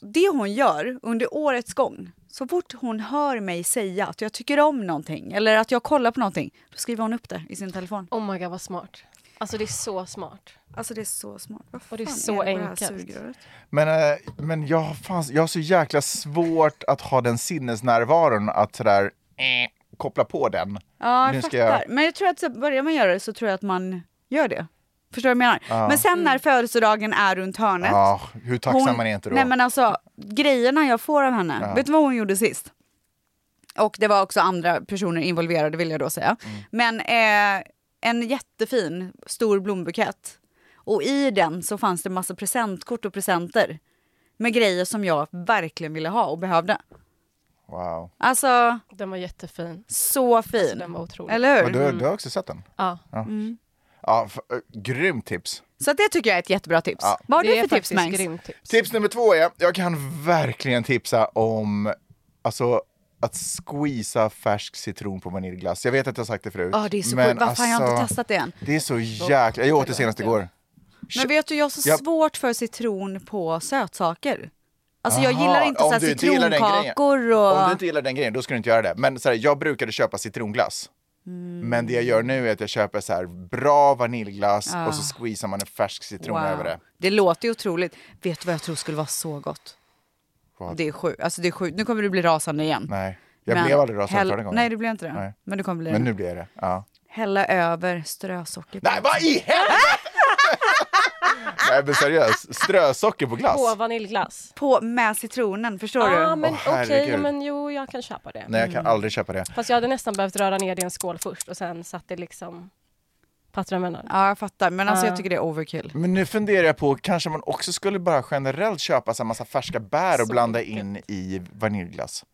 det hon gör under årets gång, så fort hon hör mig säga att jag tycker om någonting eller att jag kollar på någonting, då skriver hon upp det i sin telefon. Oh my god vad smart. Alltså det är så smart. Alltså det är så smart. Vad Och det är fan så det på det här enkelt. sugröret? Men, eh, men jag, har fan, jag har så jäkla svårt att ha den sinnesnärvaron att sådär eh, koppla på den. Ja, Nu jag ska fattar. jag- Men jag tror att så börjar man göra det så tror jag att man gör det. Förstår du vad jag menar? Men sen Mm. när födelsedagen är runt hörnet. Ja, hur tacksam hon- man är inte då? Nej men alltså, grejerna jag får av henne. Vet du vad hon gjorde sist? Och det var också andra personer involverade vill jag då säga. Mm. Men eh, en jättefin stor blombukett. Och i den så fanns det massa presentkort och presenter. Med grejer som jag verkligen ville ha och behövde. Wow. Alltså, Den var jättefin. så fin. Alltså, Den var otrolig. Eller hur? Och du, du har också sett den? Ja. Mm. Ja, f- eh, grymt tips. Så att det tycker jag är ett jättebra tips. Ja. Vad har Det du är för tips faktiskt Mangs? grymt tips. Tips nummer två är, jag kan verkligen tipsa om alltså, att squeeza färsk citron på vaniljglass. Jag vet att jag har sagt det förut. Ja, det är så men sjukt. Varför har jag inte alltså, testat det än? Det är så jäkla... Jag åt det senast igår. Men vet du, jag har så Ja. svårt för citron på sötsaker. Alltså jag Aha, gillar inte så här om du inte gillar den grejen. citronkakor och... Om du inte gillar den grejen, då ska du inte göra det. Men så här, jag brukade köpa citronglass. Mm. Men det jag gör nu är att jag köper så här bra vaniljglass och Ah. så squeezar man en färsk citron över det. Det låter ju otroligt. Vet du vad jag tror skulle vara så gott? Vad? Det är sjukt. Alltså det är sjukt. Nu kommer du bli rasande igen. Nej, jag Men blev aldrig rasad häll- förra gången. Nej, du blev inte det. Nej. Men du kommer bli Men det. nu blir jag det. Ja. Hälla över strösocker. på. Nej, vad i helvete! Nej, men seriöst. Strösocker på glass? På vaniljglass. På med citronen, förstår Ja ah, du? men Åh, okej, herregud. men jo jag kan köpa det. Nej, jag Mm. kan aldrig köpa det. Fast jag hade nästan behövt röra ner det i en skål först och sen satt det liksom... Fattar du vad jag menar? Ja, jag fattar. Men alltså Ja. jag tycker det är overkill. Men nu funderar jag på, kanske man också skulle bara generellt köpa så här massa färska bär och Så blanda mycket. in i vaniljglass.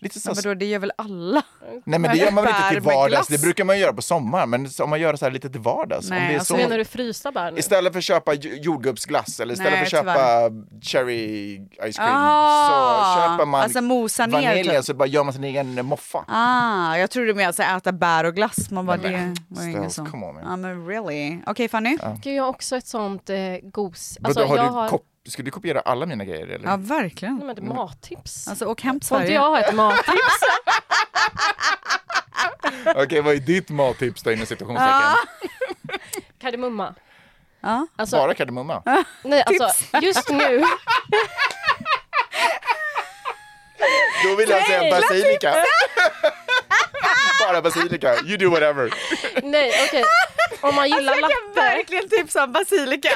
Lite så Men vadå, det gör väl alla? Nej men det gör man väl inte Bär till med vardags, glass. det brukar man göra på sommaren, men om man gör det så här lite till vardags. om Nej, det är alltså så... Menar du frysta bär nu? Istället för att köpa j- jordgubbsglass eller istället Nej, för att köpa tyvärr. cherry ice cream Ah, så köper man alltså mosa ner vanilj typ. så bara gör man sin egen moffa. Ah, jag trodde du menade så här, äta bär och glass. Man bara, Nej, men, det var inget Stels, sånt. come on, man. Ja men really. Okej Fanny. Ja. Gud, jag har också ett sånt eh, gos... Vadå, har jag du Kop... Ska du kopiera alla mina grejer eller? Nej, verkligen. men det är mattips. Alltså åk hem till Får inte Sverige. jag ha ett mattips? Okej, vad är ditt mattips då inom situationstecken? Kardemumma. Ja. Alltså, Bara kardemumma? nej, alltså just nu. Då vill jag säga Nej, basilika. Bara basilika, you do whatever. Nej, okej. Om man Alltså, gillar latte. Verkligen tipsa om basilika.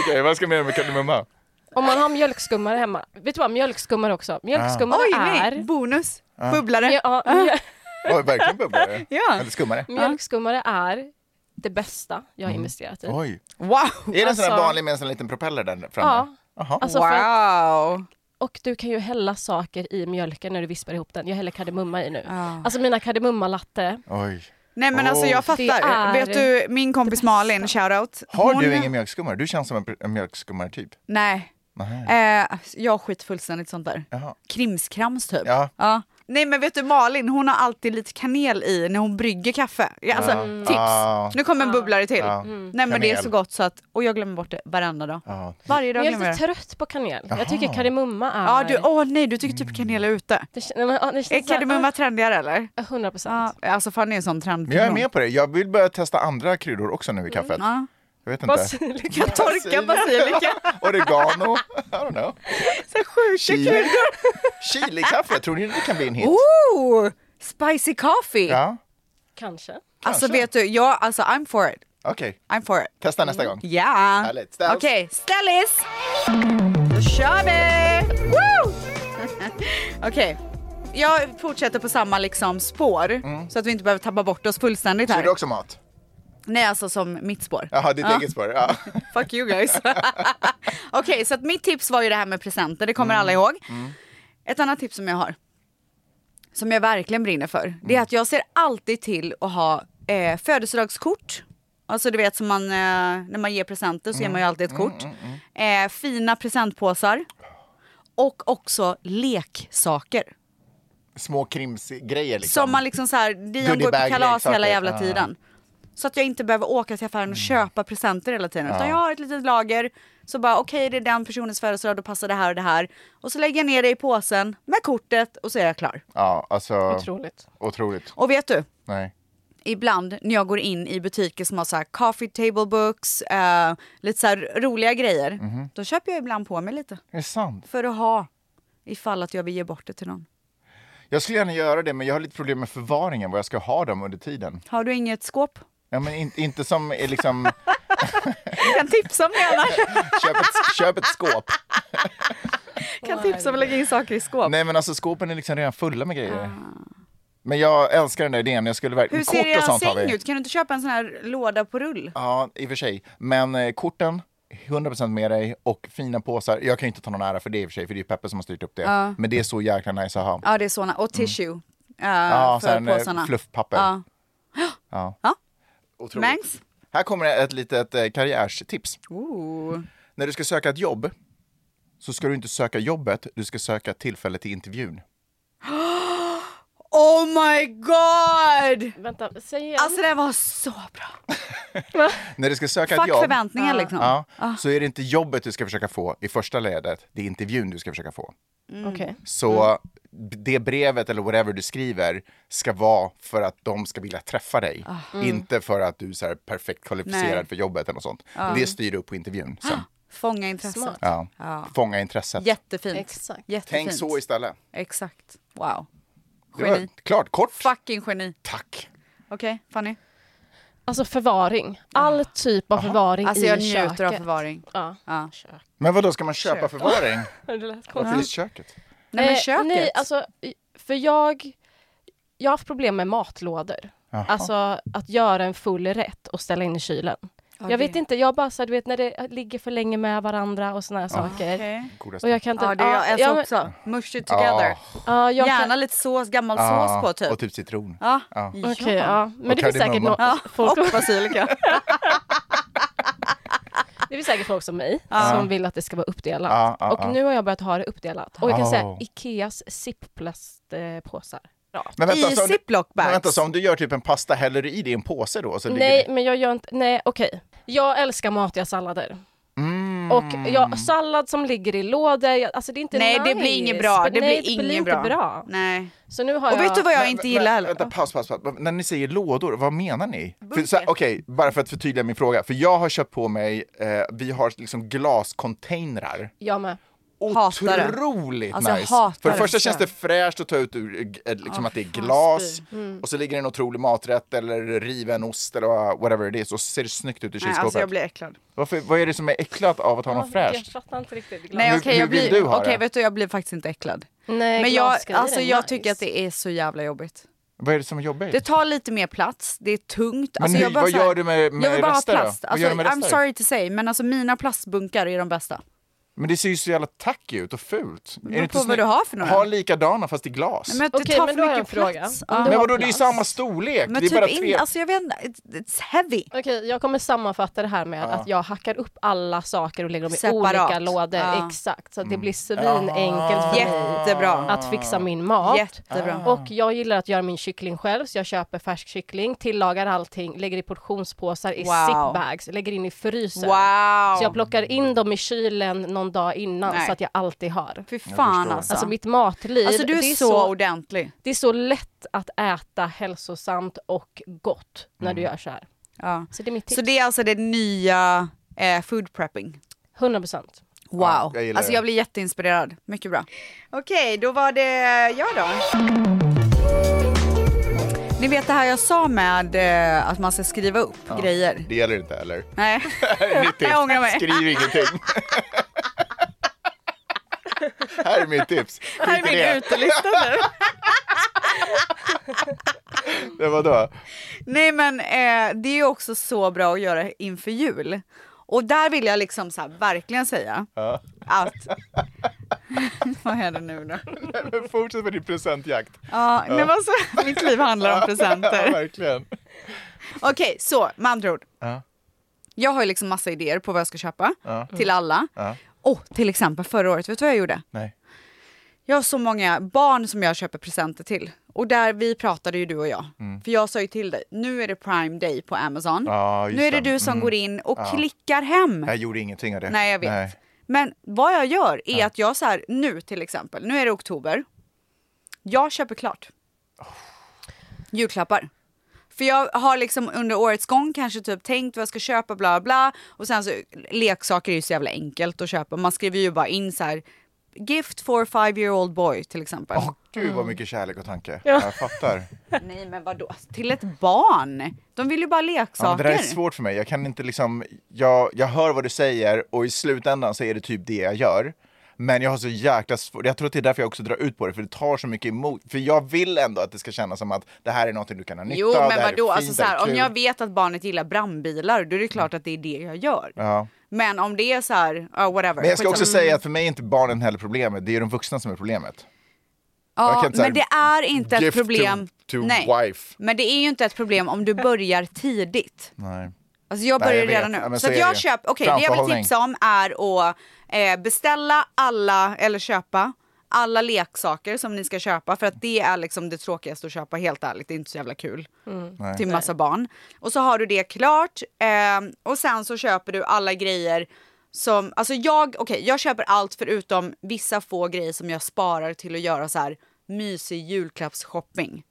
Okej, vad ska man göra med kardemumma? Om man har mjölkskummare hemma. Vet du vad, mjölkskummare Ah. också. Mjölkskummare Oj nej, Ah. är... bonus. Bubblare. Ja, mjö- Oj, verkligen bubblare. Ja. Eller skummare. mjölkskummare är det bästa jag har investerat i. Mm. Oj. Wow. Är det en sån här Alltså- vanlig med en sån liten propeller där framme? Ja. Jaha. Alltså för att, Wow. och du kan ju hälla saker i mjölken när du vispar ihop den. Jag häller kardemumma i nu. Ja. Alltså mina kardemummalatte. Oj. Nej men Oh, alltså jag fattar. Det är Vet du, min kompis Malin, shoutout. Har Hon- du ingen mjölkskummare? Du känns som en, pr- en mjölkskummare-typ. Nej. Nej. Eh, jag skiter fullständigt sånt där. Jaha. Krimskrams typ. Ja. Ja. Nej men vet du Malin, hon har alltid lite kanel i när hon brygger kaffe. Ja, Alltså Ja. tips. Ah. Nu kommer en bubblare till. Ja. Mm. Nej men det är Kanel. så gott så att, och jag glömmer bort det varenda dag. Ja. Varje dag Jag är glömmer lite jag det. trött på kanel. Jaha. Jag tycker kardemumma är... Ja du, åh nej du tycker Mm. typ kanel är ute. det, kän- nej, men, ja, det Är känns så här- kardemumma trendigare eller? 100 procent. Ja, alltså Fanny är en sån trend. Men jag är med på det. Jag vill börja testa andra kryddor också nu i kaffet. Ja. Jag vet inte. Du kan torka basilika. Oregano. I don't know. Så sjuka Chili. kryddor. Chilikaffe. Tror ni det kan bli en hit? Ooh, spicy coffee. Ja, Kanske. Alltså vet du, jag, alltså I'm for it. okej. I'm for it. Testa nästa gång. Ja. Härligt. Ställs. Okej, ställis! Då kör vi! Woo! Okej, jag fortsätter på samma liksom spår så att vi inte behöver tappa bort oss fullständigt Mm. Så är här. det också mat? Nej, alltså som mitt spår. Jaha, ditt eget spår. Ja. Fuck you guys. Okej, så att mitt tips var ju det här med presenter, det kommer alla ihåg. Ett annat tips som jag har, som jag verkligen brinner för, det är att jag ser alltid till att ha eh, födelsedagskort. Alltså du vet som man, eh, när man ger presenter så ger man ju alltid ett kort. Eh, fina presentpåsar. Och också leksaker. Små krimsgrejer liksom. Som man liksom så här, Dion går på Goodiebag, kalas leksaker. hela jävla Ah. Mm. tiden. Så att jag inte behöver åka till affären och köpa presenter hela tiden. Utan jag har ett litet lager. Så bara okej det är den personens födelsedag, då passar det här och det här. Och så lägger jag ner det i påsen med kortet och så är jag klar. Ja, alltså Otroligt. otroligt. Och vet du? Nej. Ibland när jag går in i butiker som har så här coffee table books, eh, lite så här roliga grejer. Mhm. Då köper jag ibland på mig lite. Är det sant? För att ha. Ifall att jag vill ge bort det till någon. Jag skulle gärna göra det, men jag har lite problem med förvaringen, var jag ska ha dem under tiden. Har du inget skåp? Ja, men in, inte som är liksom, Jag kan tipsa om det annars. köp ett, köp ett skåp. Jag kan tipsa om att lägga in saker i skåp. Nej, men alltså skåpen är liksom redan fulla med grejer. Men jag älskar den där idén, jag skulle verkligen... Ah. Hur ser kort och er sånt har vi. säng ut? Kan du inte köpa en sån här låda på rull? Ja, i och för sig. Men eh, korten, 100% med dig och fina påsar. Jag kan ju inte ta någon ära för det i och för sig, för det är ju Peppe som har styrt upp det. Men det är så jäkla nice att ha. Ja, det är såna. Och tissue. eh, Mm. Ja, för sen eh, påsarna. fluffpapper. Ja. Ja. Ja. Otroligt. Mangs? Här kommer ett litet eh, karriärstips. Ooh. När du ska söka ett jobb så ska du inte söka jobbet, du ska söka tillfället till intervjun. Oh my god! Vänta, säg igen. Alltså det var så bra. När du ska söka ett Fuck jobb förväntningar liksom. ja, så är det inte jobbet du ska försöka få i första ledet, det är intervjun du ska försöka få. Okej. Så Mm. det brevet eller whatever du skriver ska vara för att de ska vilja träffa dig. Inte för att du är så här perfekt kvalificerad Ah. Nej. Ah. för jobbet eller något sånt. Det styr upp på intervjun sen. Fånga intresset. Smart. Ja. Fånga intresset. Jättefint. Exakt. Ah. Jättefint. Tänk så istället. Exakt. Wow. Det var Geni. klart, kort. Fucking geni. Tack. Okej, Fanny? Alltså förvaring. All typ av förvaring Alltså i jag köket. njuter av förvaring. Ja. Ja. Men vad då ska man köpa Kök. förvaring? Det lät konstigt. Varför just köket? Nej men Eh, köket. Nej, alltså, för jag, jag har haft problem med matlådor. Jaha. Alltså att göra en full rätt och ställa in i kylen. Ja, jag det- vet inte, jag bara så här, du vet när det ligger för länge med varandra och såna här saker. Okej. Godaste. Och jag kan inte... Ja, det är jag älskar men- också. Mush it together. ja, jag kan- Gärna lite sås, gammal sås på typ. Och typ citron. Ja. Ja. Okej, ja. Men Och det finns, säkert kardemumma. no- Ja, folk, och basilika. det finns säkert folk som mig som vill att det ska vara uppdelat. Ja, ja, och ja. nu har jag börjat ha det uppdelat. Och jag kan säga Oh. Ikeas zipplastpåsar. Ja. Men I så om du- ziploc men vänta, bags. så om du gör typ en pasta, häller du i det i en påse då? Så ligger Nej, men jag gör inte... Nej, okej. Jag älskar matiga sallader. Mm. Och jag, sallad som ligger i lådor, jag, alltså det är inte Nej, nice. det blir inget bra. Men Det nej, blir inget inte bra. bra. Nej. Så nu har Och jag... vet du vad jag Men- inte men- gillar heller? Vänta, paus, paus, paus. När ni säger lådor, vad menar ni? För så här, Okej, bara för att förtydliga min fråga. För jag har köpt på mig, eh, vi har liksom glascontainrar. Jag med. Hatar det. Otroligt Alltså, jag nice! hatar För det första det. känns det fräscht att ta ut ur, eh, liksom att det är glas Mm. och så ligger det en otrolig maträtt eller riven ost eller vad- whatever det är så ser det snyggt ut i Nej, kylskåpet. alltså jag blir äcklad. Varför, vad är det som är äcklat av att ha något Jag fräscht? fattar inte riktigt. Nej, Hur- okej, hur jag vill blir... du ha okej, det? vet du, jag blir faktiskt inte äcklad. Nej, Men jag, glasgrejer alltså, är jag nice. tycker att det är så jävla jobbigt. Vad är det som är jobbigt? Det tar lite mer plats, det är tungt. Men alltså, hur, jag bara vad så här- gör du med, jag vill med bara ha rester då? plast. Vad Alltså, gör du med I'm rester? sorry to say, men alltså mina plastbunkar är de bästa. Men det ser ju så jävla tacky ut och fult. beror på vad du har för några. Ha likadana fast i glas. Nej, men att det Okej, tar men för då har jag mycket en fråga. plats. Om Ja. du Men har vadå, det är ju plats. samma storlek. Men det är bara typ tre... in, alltså jag vet inte, it's heavy. Okej, jag kommer sammanfatta det här med Ja. att jag hackar upp alla saker och lägger dem i Separat. olika lådor. Ja. Mm. Exakt, så att det blir svinenkelt för mig Jättebra. att fixa min mat. Jättebra. Och jag gillar att göra min kyckling själv, så jag köper färsk kyckling, tillagar allting, lägger i portionspåsar i Wow. zipbags, lägger in i frysen. Wow. Så jag plockar in dem i kylen någon dag innan Nej. så att jag alltid har. Fy fan förstår. alltså. Alltså mitt matliv, Alltså du är, det, så, ordentlig. det är så lätt att äta hälsosamt och gott när du gör så här. Ja. Så det är mitt tips. Så det är alltså det nya eh, food prepping. 100 procent. Wow. Ja, jag gillar alltså det. jag blir jätteinspirerad. Mycket bra. Okej, då var det jag då. Ni vet det här jag sa med eh, att man ska skriva upp grejer. Det gäller inte heller. Nej, Mitt tips. jag ångrar mig. Skriv ingenting. Här är mitt tips. Här är Skit i min det. utelista nu. Det var då. Nej men eh, det är ju också så bra att göra inför jul. Och där vill jag liksom så här, verkligen säga Ja. att... Vad är det nu då? Men Fortsätt med din presentjakt. Ja, men alltså, mitt liv handlar om Ja, presenter. verkligen. Okej, så med andra ord. Ja. Jag har ju liksom massa idéer på vad jag ska köpa Ja. till alla. Ja. Och till exempel förra året, vet du vad jag gjorde? Nej. Jag har så många barn som jag köper presenter till. Och där vi pratade ju du och jag. Mm. För jag sa ju till dig, nu är det prime day på Amazon. Ja, just nu är det det. du som Mm. går in och Ja. klickar hem. Jag gjorde ingenting av det. Nej, jag vet. Men vad jag gör är att jag så här, nu till exempel, nu är det oktober. Jag köper klart. Oh. Julklappar. För jag har liksom under årets gång kanske typ tänkt vad jag ska köpa bla bla. Och sen så leksaker är ju så jävla enkelt att köpa. Man skriver ju bara in så här gift for five year old boy till exempel. Åh, gud vad mycket kärlek och tanke. Ja. Jag fattar. Nej men vadå? Till ett barn? De vill ju bara leksaker. Ja, men det där är svårt för mig. Jag kan inte liksom, jag, jag hör vad du säger och i slutändan så är det typ det jag gör. Men jag har så jäkla svårt, jag tror att det är därför jag också drar ut på det, för det tar så mycket emot. För jag vill ändå att det ska kännas som att det här är någonting du kan ha nytta Jo av, det men här vadå? är Alltså, fint, så det här, här är om kul. Mm. jag vet att barnet gillar brandbilar då är det klart att det är det jag gör. Ja. Men om det är så här, ja whatever. Men jag ska också skitsamma. säga att för mig är inte barnen heller problemet, det är ju de vuxna som är problemet. jag Mm. ja, kan inte men det säga, är inte ett gift to- problem. to Nej. wife. Men det är ju inte ett problem om du börjar tidigt. Nej. Alltså jag Nej, börjar jag vet. redan nu. Ja, men så så att är jag det ju. köper, okej det jag vill Framförhållning. tipsa om är att eh, beställa alla, eller köpa, alla leksaker som ni ska köpa för att det är liksom det tråkigaste att köpa helt ärligt, det är inte så jävla kul. Nej. Till massa barn. Och så har du det klart eh, och sen så köper du alla grejer som, alltså jag, okej jag köper allt förutom vissa få grejer som jag sparar till att göra så här mysig julklappsshopping.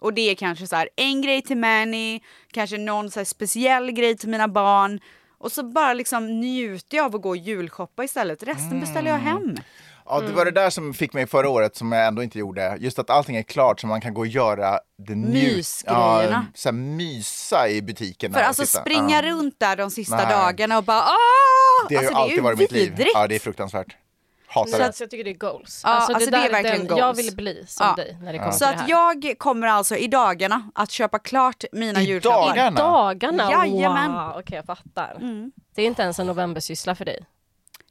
Och det är kanske så här en grej till Manny, kanske någon så här speciell grej till mina barn. Och så bara liksom njuter jag av att gå och julshoppa istället. Resten Mm. beställer jag hem. Ja, det Mm. var det där som fick mig förra året som jag ändå inte gjorde. Just att allting är klart så man kan gå och göra det njut- Mysgrejerna. Ja, så här, mysa i butikerna. För och alltså titta. springa Ja. runt där de sista Nej. dagarna och bara ah! Det har alltså, ju alltid varit mitt liv. vidrigt. Ja, det är fruktansvärt. Hatar Så det. att, jag tycker det är goals. Ja, alltså det är verkligen Jag goals. vill bli som Ja. dig när det kommer Så till det att här. jag kommer alltså i dagarna att köpa klart mina I julklappar. dagarna? Dagarna, Jajamän. Mm. wow! Okej, jag fattar. Det är inte ens en novembersyssla för dig.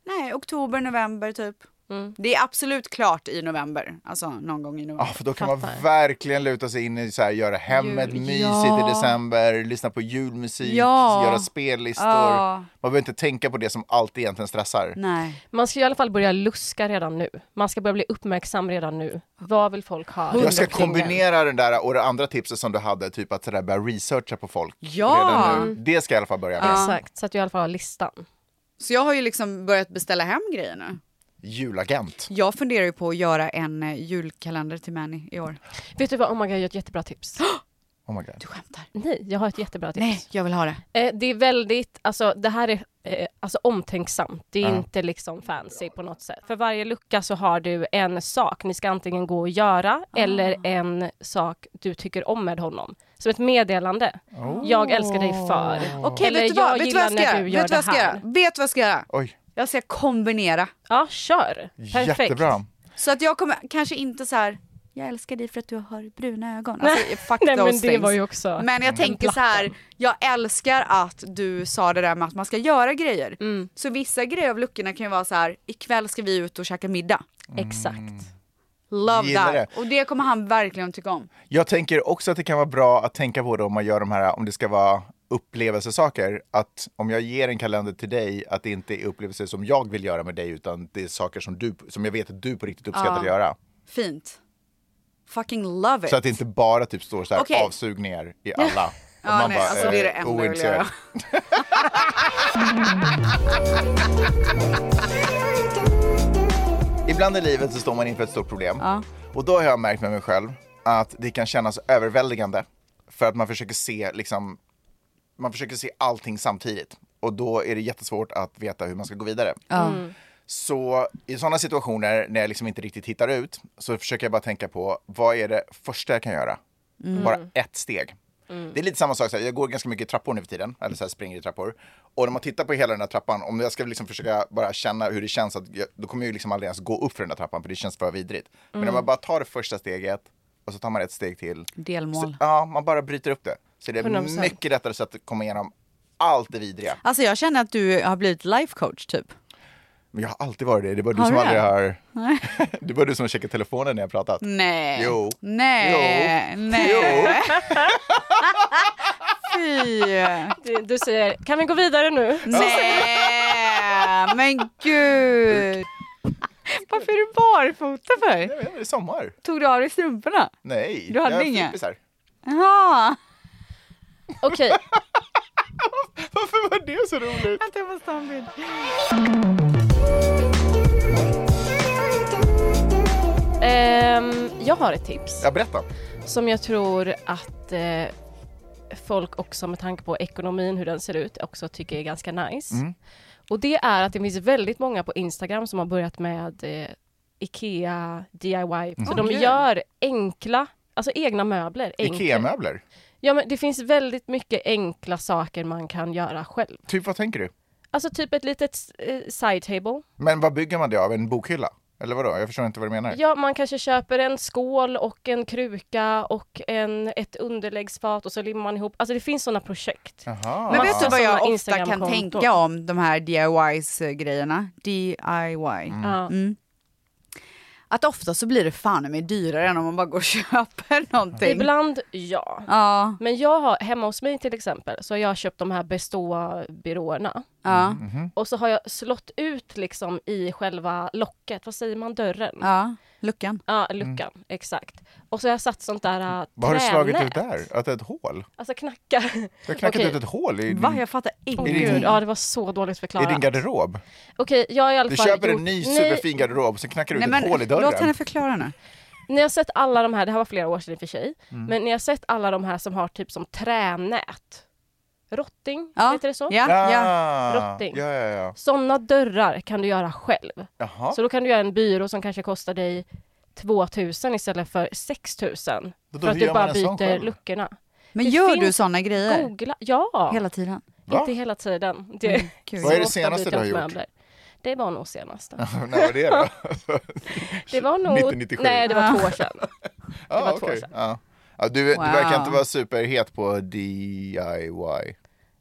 Nej, oktober, november typ. Mm. Det är absolut klart i november. Alltså någon gång i november. Ja, för då kan Fattar. man verkligen luta sig in i så här, göra hemmet Jul. mysigt Ja. i december, lyssna på julmusik, Ja. göra spellistor. Ja. Man behöver inte tänka på det som alltid egentligen stressar. Nej. Man ska i alla fall börja luska redan nu. Man ska börja bli uppmärksam redan nu. Vad vill folk ha? Jag ska runt omkring kombinera den där och det andra tipset som du hade, typ att så där börja researcha på folk Ja. redan nu. Det ska jag i alla fall börja en. med. Exakt, så att jag i alla fall har listan. Så jag har ju liksom börjat beställa hem grejer nu. Julagent. Jag funderar ju på att göra en eh, julkalender till Manny i år. Vet du vad, oh my god, jag har ett jättebra tips. Oh my god. Du skämtar? Nej, jag har ett jättebra tips. Nej, jag vill ha det. Eh, det är väldigt, alltså det här är eh, alltså, omtänksamt. Det är Ja. inte liksom fancy på något sätt. För varje lucka så har du en sak ni ska antingen gå och göra eller en sak du tycker om med honom. Som ett meddelande. Jag älskar dig för. Oh. Okej, eller vet du vad? Vet jag du vad gillar jag ska när göra? du gör Vet du vad det jag ska göra? här. Vet du vad jag ska göra? Oj, Jag ska kombinera. Ja, kör. Perfekt. jättebra. Så att jag kommer kanske inte så här jag älskar dig för att du har bruna ögon. Nej. Alltså, fuck Nej, men those det things. var ju också Men jag en tänker så här, jag älskar att du sa det där med att man ska göra grejer. Mm. Så vissa grejer av luckorna kan ju vara så här, ikväll ska vi ut och käka middag. Exakt. Love Gillar that. det. Och det kommer han verkligen tycka om. Jag tänker också att det kan vara bra att tänka på det om man gör de här, om det ska vara upplevelsesaker, att om jag ger en kalender till dig, att det inte är upplevelser som jag vill göra med dig, utan det är saker som, du, som jag vet att du på riktigt uppskattar Ja. att göra. Fint. Fucking love it. Så att det inte bara typ står så här Okej. avsugningar i alla. Ja, nej, alltså, det är det enda jag vill eh, ointresserad. göra. Ibland i livet så står man inför ett stort problem. Och då har jag märkt med mig själv att det kan kännas överväldigande. För att man försöker se, liksom, man försöker se allting samtidigt. Och då är det jättesvårt att veta hur man ska gå vidare. Så i sådana situationer när jag liksom inte riktigt hittar ut så försöker jag bara tänka på vad är det första jag kan göra? Mm. Bara ett steg. Det är lite samma sak, så här, jag går ganska mycket i trappor nu för tiden, eller så här springer i trappor. Och när man tittar på hela den här trappan, om jag ska liksom försöka bara känna hur det känns, att jag, då kommer jag ju liksom aldrig ens gå upp för den här trappan för det känns för vidrigt. Men Mm. om man bara tar det första steget och så tar man ett steg till. Så, Delmål. ja, man bara bryter upp det. Så det är 100%. mycket lättare så att komma igenom allt det vidriga. Alltså jag känner att du har blivit life coach typ. Men jag har alltid varit det, det är bara du Har som du aldrig det? har... det är bara du som har checkat telefonen när jag har pratat. Nej. Jo. Nej. Nej. Fy. Du, du säger, kan vi gå vidare nu? Alltså. Nej. Men gud. Varför är du barfota för? Jag vet inte, Det är sommar. Tog du av dig strumporna? Nej. Du hade jag har inga? fimpisar. Jaha. Okej, Varför var det så roligt? Vänta jag måste ha en bild. ehm, jag har ett tips Ja, berätta. som jag tror att eh, folk också med tanke på ekonomin, hur den ser ut, också tycker är ganska nice. Och det är att det finns väldigt många på Instagram som har börjat med eh, IKEA DIY. Så de Åh, kul. gör enkla, alltså egna möbler. enkelt. Ikea-möbler. Ja men det finns väldigt mycket enkla saker man kan göra själv. Typ vad tänker du? Alltså typ ett litet eh, side table. Men vad bygger man det av? En bokhylla? Eller vadå? Jag förstår inte vad du menar. Ja, man kanske köper en skål och en kruka och en, ett underläggsfat och så limmar man ihop. Alltså det finns sådana projekt. Jaha. Men Massa vet du vad jag såna ofta kan Instagram-konton. tänka om de här DIY-grejerna? DIY. Ja. Mm. Att ofta så blir det fan i mig dyrare än om man bara går och köper någonting. Ibland ja. Ja, Men jag har, hemma hos mig till exempel, så har jag köpt de här beståa-byråerna. ja, Mm. Och så har jag slått ut liksom i själva locket, vad säger man, dörren? Ja, ja. Luckan. luckan, exakt. Och så har jag satt sånt där äh, Mm. Vad har du slagit tränät. ut där? Att det är ett hål? Alltså knackar. Du har knackat Okej. ut ett hål i din, Va? Jag fattar Åh, Mm. Är det- ingenting. Gud, ja det var så dåligt i förklarat. din garderob. Okej, jag har i alla Du fall köper gjort- en ny Nej, superfin garderob, så knackar du ut Nej, ett men, hål i låt henne dörren. förklara nu. Ni har sett alla de här, det här var flera år sedan i och för sig, Mm. men ni har sett alla de här som har typ som tränät. Rotting, Ja. heter det så? Ja, ja. Rotting. Ah. Ja, ja, ja. Sådana dörrar kan du göra själv. Jaha. Så då kan du göra en byrå som kanske kostar dig 2000 istället för 6000. Då- då För att gör man du bara en sån byter själv? luckorna. Men Det gör du finns såna grejer Googla, ja! hela Mm, tiden? Va? Inte hela tiden. Det, Gud. Vad är det så ofta senaste byter du har jag gjort? möbler. Det var nog senaste. När var det då? Det var nog... 1997. Nej, det var två år sedan. Ja, var två år Ah, okej. sedan. Ja. Ja, du, Wow. du verkar inte vara superhet på DIY.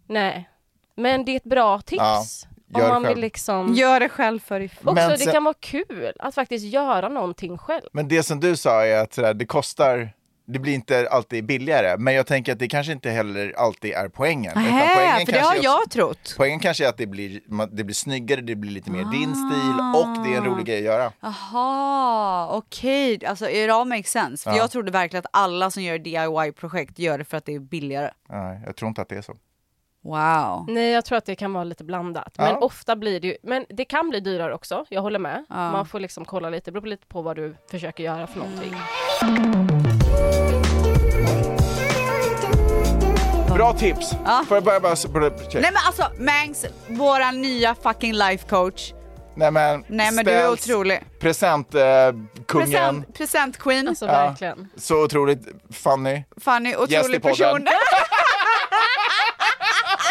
Nej. Men det är ett bra tips. gör om man själv. vill liksom... Mm. Gör det själv för i Också Men det sen- kan vara kul att faktiskt göra någonting själv. Men det som du sa är att sådär, det kostar, det blir inte alltid billigare. Men jag tänker att det kanske inte heller alltid är poängen. Utan Nähä, poängen för det har kanske är också- jag trott. Poängen kanske är att det blir, man- det blir snyggare, det blir lite mer Ah. din stil och det är en rolig grej att göra. Jaha, okej. Alltså, it all makes sense. För jag trodde verkligen att alla som gör DIY-projekt gör det för att det är billigare. Nej, jag tror inte att det är så. Wow. Nej, jag tror att det kan vara lite blandat. Men Ja. ofta blir det ju, men det kan bli dyrare också, jag håller med. Man får liksom kolla lite, det beror lite på vad du försöker göra för någonting. Mm. Bra tips! Får jag börja bara... s- br- br- check. Nej men alltså Mangs, våra nya fucking life coach. Nej men, Nej men du är ställs- otrolig. Presentkungen, eh, kungen. Present, present queen, Alltså verkligen. så otroligt funny. Fanny, Gäst i otrolig podden. person.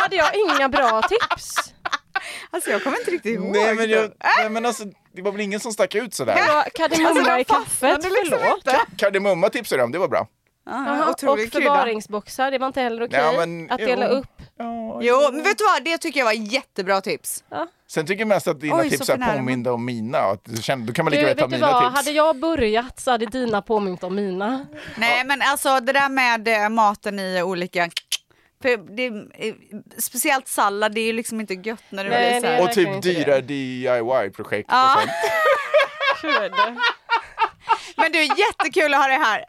Hade jag inga bra tips? Alltså jag kommer inte riktigt ihåg. Nej men, jag, det. nej men alltså, det var väl ingen som stack ut sådär. Det var Alltså, Kardemumma de i kaffet, fastnade liksom förlåt. inte. Kardemumma tipsade jag om, det var bra. Ja, Jaha, och otrolig krydda. förvaringsboxar, det var inte heller okej Ja, men- att dela jo. upp. Jo, men vet du vad? Det tycker jag var jättebra tips. Sen tycker jag mest att dina Oj, så tips är förnärmande. påminda om mina. och Att du kände, då kan man Du, lika väl vet ta du mina vad, tips. hade jag börjat så hade dina påmint om mina. Nej, men alltså det där med eh, maten i olika... För Det, eh, speciellt sallad, det är ju liksom inte gött när det Nej, blir så det här. är- Och verkligen typ inte dyra DIY-projekt Ja. och sånt. Men du, jättekul att ha dig här.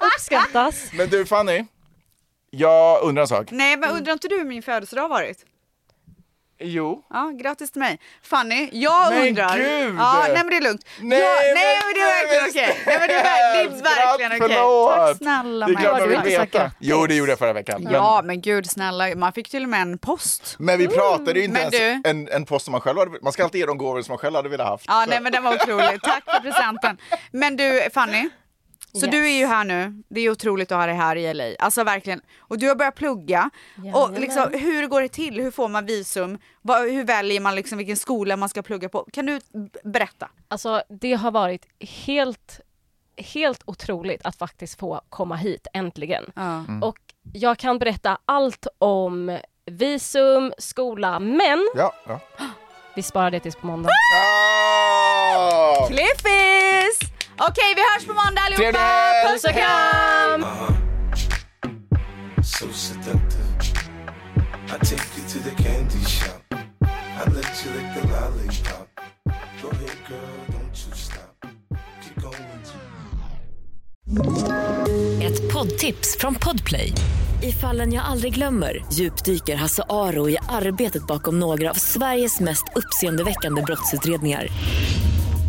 Uppskattas. Men du Fanny, jag undrar en sak. Nej, men undrar inte du hur min födelsedag har varit? Jo. Ja, grattis till mig. Fanny, jag Men undrar... gud! Ja, nej men det är lugnt. Nej, jag, men- nej men det är verkligen okej. Nej men det är, det är Skratt, verkligen okej. förlåt. Tack snälla Det är klart Maja. man Du är vill inte så veta. grattis. Jo, det gjorde jag förra veckan. Ja men gud snälla, man fick till och med en post. Men, men vi pratade ju inte Men ens en, en post som man själv hade Man ska alltid ge de gåvor som man själv hade velat haft. Ja Så- nej men den var otrolig. Tack för presenten. Men du Fanny, så Yes. du är ju här nu. Det är otroligt att ha dig här i LA. Alltså verkligen. Och du har börjat plugga. Jajamän. Och liksom, hur går det till? Hur får man visum? Vad- Hur väljer man liksom vilken skola man ska plugga på? Kan du b- berätta? Alltså det har varit helt, helt otroligt att faktiskt få komma hit äntligen. Ja. Och jag kan berätta allt om visum, skola, men Ja, ja. vi sparar det tills på måndag. Ah! Cliffis! Okej, vi hörs på måndag Trevlig allihopa! helg! Puss och kram! So seductive. I take you to the candy shop. I let you lick the lollipop. Go ahead, girl, don't you stop. Keep going. Ett poddtips från Podplay. I fallen jag aldrig glömmer djupdyker Hasse Aro i arbetet bakom några av Sveriges mest uppseendeväckande brottsutredningar.